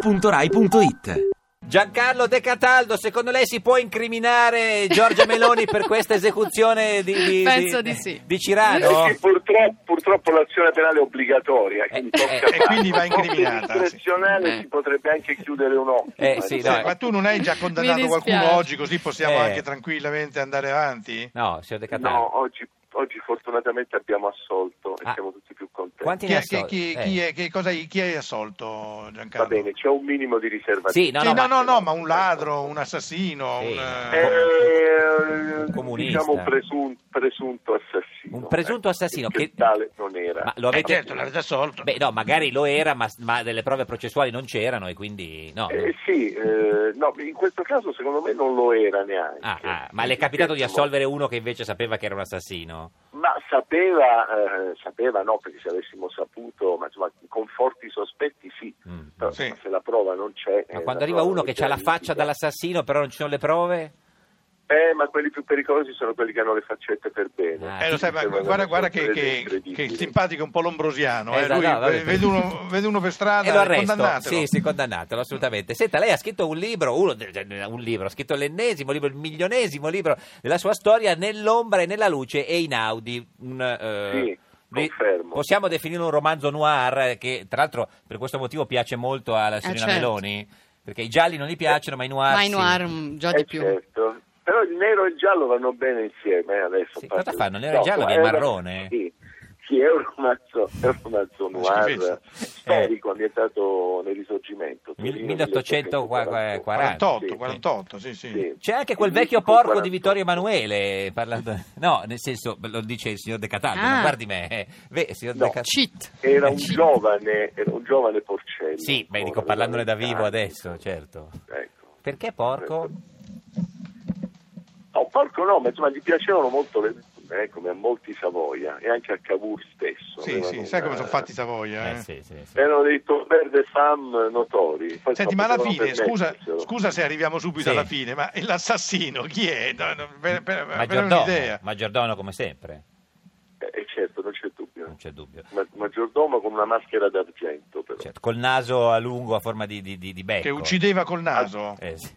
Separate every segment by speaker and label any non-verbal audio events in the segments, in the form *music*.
Speaker 1: radio2pod.rai.it
Speaker 2: Giancarlo De Cataldo, secondo lei si può incriminare Giorgia Meloni
Speaker 3: *laughs*
Speaker 2: per questa esecuzione di, di-
Speaker 3: Penso
Speaker 2: di-
Speaker 3: di sì.
Speaker 2: di Cirano?
Speaker 4: Perché purtroppo, purtroppo l'azione penale è obbligatoria, quindi
Speaker 2: Oh. Eh,
Speaker 4: tocca
Speaker 2: eh,
Speaker 4: farlo.
Speaker 2: e
Speaker 5: quindi va
Speaker 4: Con il
Speaker 5: incriminata, sì.
Speaker 4: discrezionale
Speaker 3: Eh.
Speaker 4: si potrebbe anche chiudere un occhio.
Speaker 2: Eh,
Speaker 4: ma
Speaker 2: sì,
Speaker 4: insomma,
Speaker 2: no,
Speaker 5: Ma tu non hai già condannato
Speaker 3: Mi dispiace.
Speaker 5: qualcuno oggi così possiamo
Speaker 2: Eh.
Speaker 5: anche tranquillamente andare avanti?
Speaker 2: No, signor De Cataldo.
Speaker 4: No, oggi, oggi fortunatamente abbiamo assolto e
Speaker 2: Ah.
Speaker 4: siamo tutti più contenti.
Speaker 2: Quanti
Speaker 5: Chi,
Speaker 2: ne
Speaker 5: è,
Speaker 2: ha
Speaker 5: chi, chi-
Speaker 2: assolti?
Speaker 5: chi
Speaker 2: Eh.
Speaker 5: è- che cosa- chi è assolto Giancarlo?
Speaker 4: Va bene, c'è un minimo di riserva.
Speaker 2: Sì, no,
Speaker 5: Sì,
Speaker 2: no, ma-
Speaker 5: No, no, no, ma un ladro, un assassino,
Speaker 2: Sì.
Speaker 5: un... eh,
Speaker 4: Eh,
Speaker 2: Comunista.
Speaker 4: diciamo un presun- presunto assassino. ecco,
Speaker 2: Un presunto assassino
Speaker 4: Che
Speaker 2: che-
Speaker 4: tale non era.
Speaker 2: Ma lo
Speaker 5: Eh,
Speaker 2: avete...
Speaker 5: certo, l'avete assolto.
Speaker 2: Beh, no, magari lo era, ma, ma delle prove processuali non c'erano e quindi... No,
Speaker 4: Eh, sì, eh, no, in questo caso secondo me non lo era neanche.
Speaker 2: Ah, ah, ma le è capitato di
Speaker 4: Diciamo-
Speaker 5: certo.
Speaker 2: assolvere uno che invece sapeva che era un assassino?
Speaker 4: Ma sapeva, eh, sapeva no, perché se avessimo saputo, ma insomma, con forti sospetti sì,
Speaker 2: Mm.
Speaker 4: Però,
Speaker 5: Sì.
Speaker 4: insomma, se la prova non c'è... eh,
Speaker 2: Ma
Speaker 4: la
Speaker 2: quando arriva
Speaker 4: prova
Speaker 5: Esatto,
Speaker 2: uno
Speaker 4: non
Speaker 2: che
Speaker 4: c'è,
Speaker 2: ha
Speaker 5: cioè,
Speaker 2: la faccia
Speaker 4: litiga.
Speaker 2: dall'assassino, però non ci sono le prove?
Speaker 4: Eh, ma quelli più pericolosi sono quelli che hanno le faccette per bene. Eh,
Speaker 2: Ah,
Speaker 5: Eh, lo sai, ma guarda, guarda che, che-
Speaker 4: Incredibile.
Speaker 5: che il simpatico è un po' lombrosiano. eh,
Speaker 2: Esatto,
Speaker 5: lui,
Speaker 2: no, vabbè.
Speaker 5: vede, uno, vede uno per strada,
Speaker 2: *laughs* e lo arresto.
Speaker 5: condannatelo.
Speaker 2: Sì, sì, condannatelo, assolutamente. Senta, lei ha scritto un libro, uno, de- un libro, ha scritto l'ennesimo libro, il milionesimo libro della sua storia nell'ombra e nella luce e in Audi. Un, eh,
Speaker 4: Sì,
Speaker 2: di-
Speaker 4: confermo.
Speaker 2: Possiamo definire un romanzo noir eh, che, tra l'altro, per questo motivo piace molto alla signorina
Speaker 3: certo.
Speaker 2: Meloni? Perché i gialli non gli piacciono, ma i noir.
Speaker 3: Ma in
Speaker 2: sì.
Speaker 3: noir mm, già
Speaker 4: Eh,
Speaker 3: di più.
Speaker 4: certo. Però il nero e il giallo vanno bene insieme eh, adesso.
Speaker 2: Sì,
Speaker 4: parlo-
Speaker 2: cosa fanno? Il nero e il giallo
Speaker 4: ma
Speaker 2: che è
Speaker 4: era-
Speaker 2: marrone?
Speaker 4: Sì, sì, è un romanzo, è un romanzo noir
Speaker 5: schifezza.
Speaker 4: storico ambientato nel Risorgimento.
Speaker 2: Mil-
Speaker 4: Torino,
Speaker 2: 1848.
Speaker 5: 48,
Speaker 4: Sì,
Speaker 5: 48, sì, sì.
Speaker 4: sì.
Speaker 2: C'è anche quel
Speaker 4: Il
Speaker 2: vecchio
Speaker 4: mitico
Speaker 2: porco di
Speaker 4: 48.
Speaker 2: Vittorio Emanuele, parlando... *laughs* No, nel senso, lo dice il signor De Cataldo,
Speaker 3: Ah.
Speaker 2: non guardi me. eh. Beh, signor De
Speaker 4: No.
Speaker 2: Cataldo...
Speaker 3: Cheat.
Speaker 4: Era un
Speaker 3: Cheat.
Speaker 4: giovane, era un giovane Porcello.
Speaker 2: Sì, beh, dico
Speaker 4: ancora,
Speaker 2: parlandone da vivo
Speaker 4: vent'anni.
Speaker 2: adesso, certo.
Speaker 4: Ecco.
Speaker 2: Perché porco?
Speaker 4: No, porco no, ma insomma gli piacevano molto le eh, come a molti Savoia e anche a Cavour stesso.
Speaker 5: Sì,
Speaker 4: avevano
Speaker 5: sì, sai come
Speaker 4: una-
Speaker 5: sono fatti i Savoia?
Speaker 2: Eh,
Speaker 5: eh?
Speaker 2: sì, sì, sì.
Speaker 4: Erano dei tomber de femme notori. Poi
Speaker 5: Senti, ma
Speaker 4: non
Speaker 5: alla
Speaker 4: potevano
Speaker 5: fine, scusa,
Speaker 4: permetterselo.
Speaker 5: scusa se arriviamo subito
Speaker 2: Sì.
Speaker 5: alla fine, ma l'assassino chi è? No, no, per, per, per
Speaker 2: Maggiordomo,
Speaker 5: un'idea.
Speaker 2: maggiordomo come sempre,
Speaker 4: Eh, certo, non c'è dubbio.
Speaker 2: non c'è dubbio.
Speaker 4: Ma- maggiordomo con una maschera d'argento, però.
Speaker 2: Certo, col naso a lungo a forma di, di, di, di becco.
Speaker 5: Che uccideva col naso?
Speaker 2: Eh, ecco. sì.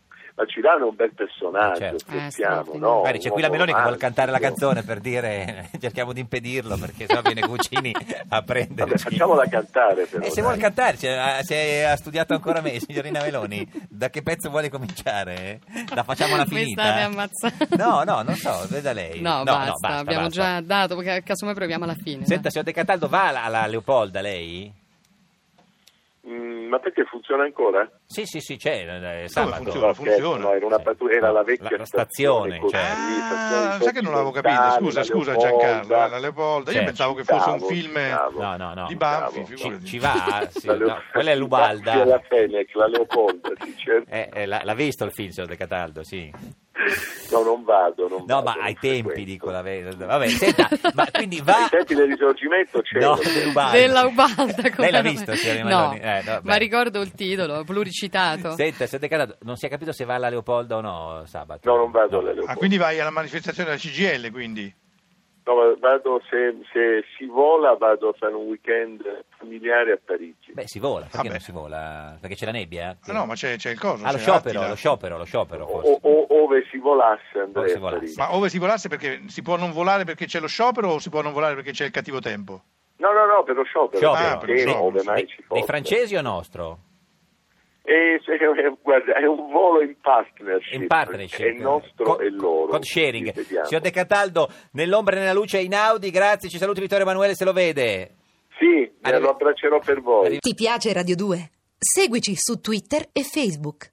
Speaker 4: Ma Cirano è un bel personaggio,
Speaker 2: Certo.
Speaker 4: scherziamo,
Speaker 3: Eh,
Speaker 4: no?
Speaker 2: Magari c'è
Speaker 4: Un
Speaker 2: qui la Meloni che
Speaker 4: uomo
Speaker 2: vuole cantare la
Speaker 4: romantico.
Speaker 2: canzone per dire *laughs* cerchiamo di impedirlo perché sennò viene Cucini a prendere.
Speaker 4: Vabbè, facciamola cantare, però.
Speaker 2: E se
Speaker 4: dai.
Speaker 2: vuol cantare, cioè, ha- se ha studiato ancora me, *laughs* signorina Meloni, da che pezzo vuole cominciare? La facciamola
Speaker 3: *laughs* Mi
Speaker 2: finita?
Speaker 3: state ammazzando.
Speaker 2: No, no, non so, veda lei.
Speaker 4: Eh,
Speaker 3: No, basta, abbiamo
Speaker 2: basta.
Speaker 3: già dato, perché casomai proviamo alla fine.
Speaker 2: Senta,
Speaker 3: dai.
Speaker 2: signor De Cataldo, va alla, alla Leopolda lei?
Speaker 4: Mm, ma perché funziona ancora?
Speaker 2: Sì, sì, sì, c'è, eh, sabato.
Speaker 5: funziona?
Speaker 4: No, scherzo,
Speaker 5: funziona.
Speaker 4: no, era, una pattuglia- era la vecchia
Speaker 2: Eh, La- la stazione,
Speaker 4: con
Speaker 2: certo.
Speaker 4: lì,
Speaker 5: Ah,
Speaker 4: stazione
Speaker 5: sai che non l'avevo capito,
Speaker 4: continentale,
Speaker 5: scusa,
Speaker 4: la
Speaker 5: scusa
Speaker 4: Leopolda.
Speaker 5: Giancarlo, eh, la Leopolda, io
Speaker 2: Certo.
Speaker 5: pensavo che fosse un
Speaker 4: Bravo,
Speaker 5: film... eh,
Speaker 4: bravo.
Speaker 2: No, no, no.
Speaker 5: Di Banfi,
Speaker 4: Bravo.
Speaker 2: Ci,
Speaker 5: figurati.
Speaker 2: ci va? Sì,
Speaker 4: *laughs* La Leo-
Speaker 2: no, quella è
Speaker 4: Sì, è
Speaker 2: l'Ubalda.
Speaker 4: La Fenech, la Leopolda, sì,
Speaker 2: *laughs*
Speaker 4: certo.
Speaker 2: Eh, eh, l'ha, l'ha visto il film, signor De Cataldo, sì.
Speaker 4: No, non vado, non
Speaker 2: No,
Speaker 4: vado,
Speaker 2: ma
Speaker 4: non
Speaker 2: ai tempi,
Speaker 4: frequento.
Speaker 2: dico la verità. Vabbè, senta, ma quindi va...
Speaker 4: Ai tempi del risorgimento c'era.
Speaker 2: No, dell'Ubalda.
Speaker 3: Della Ubalda, come
Speaker 2: Lei l'ha
Speaker 3: no?
Speaker 2: visto, signor
Speaker 3: No,
Speaker 2: Meloni? Eh, no, beh.
Speaker 3: ma ricordo il titolo, pluricitato.
Speaker 2: Senta, signor De Cataldo, non si è capito se va alla Leopolda o no sabato.
Speaker 4: No, non vado
Speaker 2: No.
Speaker 4: alla Leopolda.
Speaker 5: Ah, quindi vai alla manifestazione della CGL, quindi?
Speaker 4: No, ma vado, se, se si vola vado a fare un weekend familiare a Parigi.
Speaker 2: Beh, si vola, perché
Speaker 5: Vabbè.
Speaker 2: non si vola? Perché c'è la nebbia? eh?
Speaker 5: Ah, no, ma c'è, c'è eh. il coso.
Speaker 2: Ah, lo
Speaker 5: c'è
Speaker 2: sciopero,
Speaker 5: Attila.
Speaker 2: lo sciopero, lo sciopero.
Speaker 4: O-
Speaker 2: forse.
Speaker 4: o- o- ove si volasse
Speaker 2: Ove
Speaker 4: andrei
Speaker 2: si
Speaker 4: a
Speaker 2: volasse.
Speaker 4: Parigi.
Speaker 5: Ma ove si volasse perché si può non volare perché c'è lo sciopero o si può non volare perché c'è il cattivo tempo?
Speaker 4: No, no, no, per lo sciopero.
Speaker 2: Sciopero.
Speaker 5: Ah, per lo
Speaker 4: perché
Speaker 5: sciopero.
Speaker 4: ove mai
Speaker 2: Dei,
Speaker 4: ci
Speaker 2: dei
Speaker 4: fosse.
Speaker 2: francesi o nostro?
Speaker 4: E se- eh, guarda, è un volo in partnership.
Speaker 2: In partnership.
Speaker 4: È nostro
Speaker 2: Co-
Speaker 4: e loro.
Speaker 2: Code sharing.
Speaker 4: Ci vediamo.
Speaker 2: Signor De Cataldo, nell'ombra e nella luce in Audi, grazie, ci saluti Vittorio Emanuele se lo vede.
Speaker 4: Sì, eh,
Speaker 2: Arrive-
Speaker 4: lo abbraccerò per voi.
Speaker 6: Ti piace Radio 2? Seguici su Twitter e Facebook.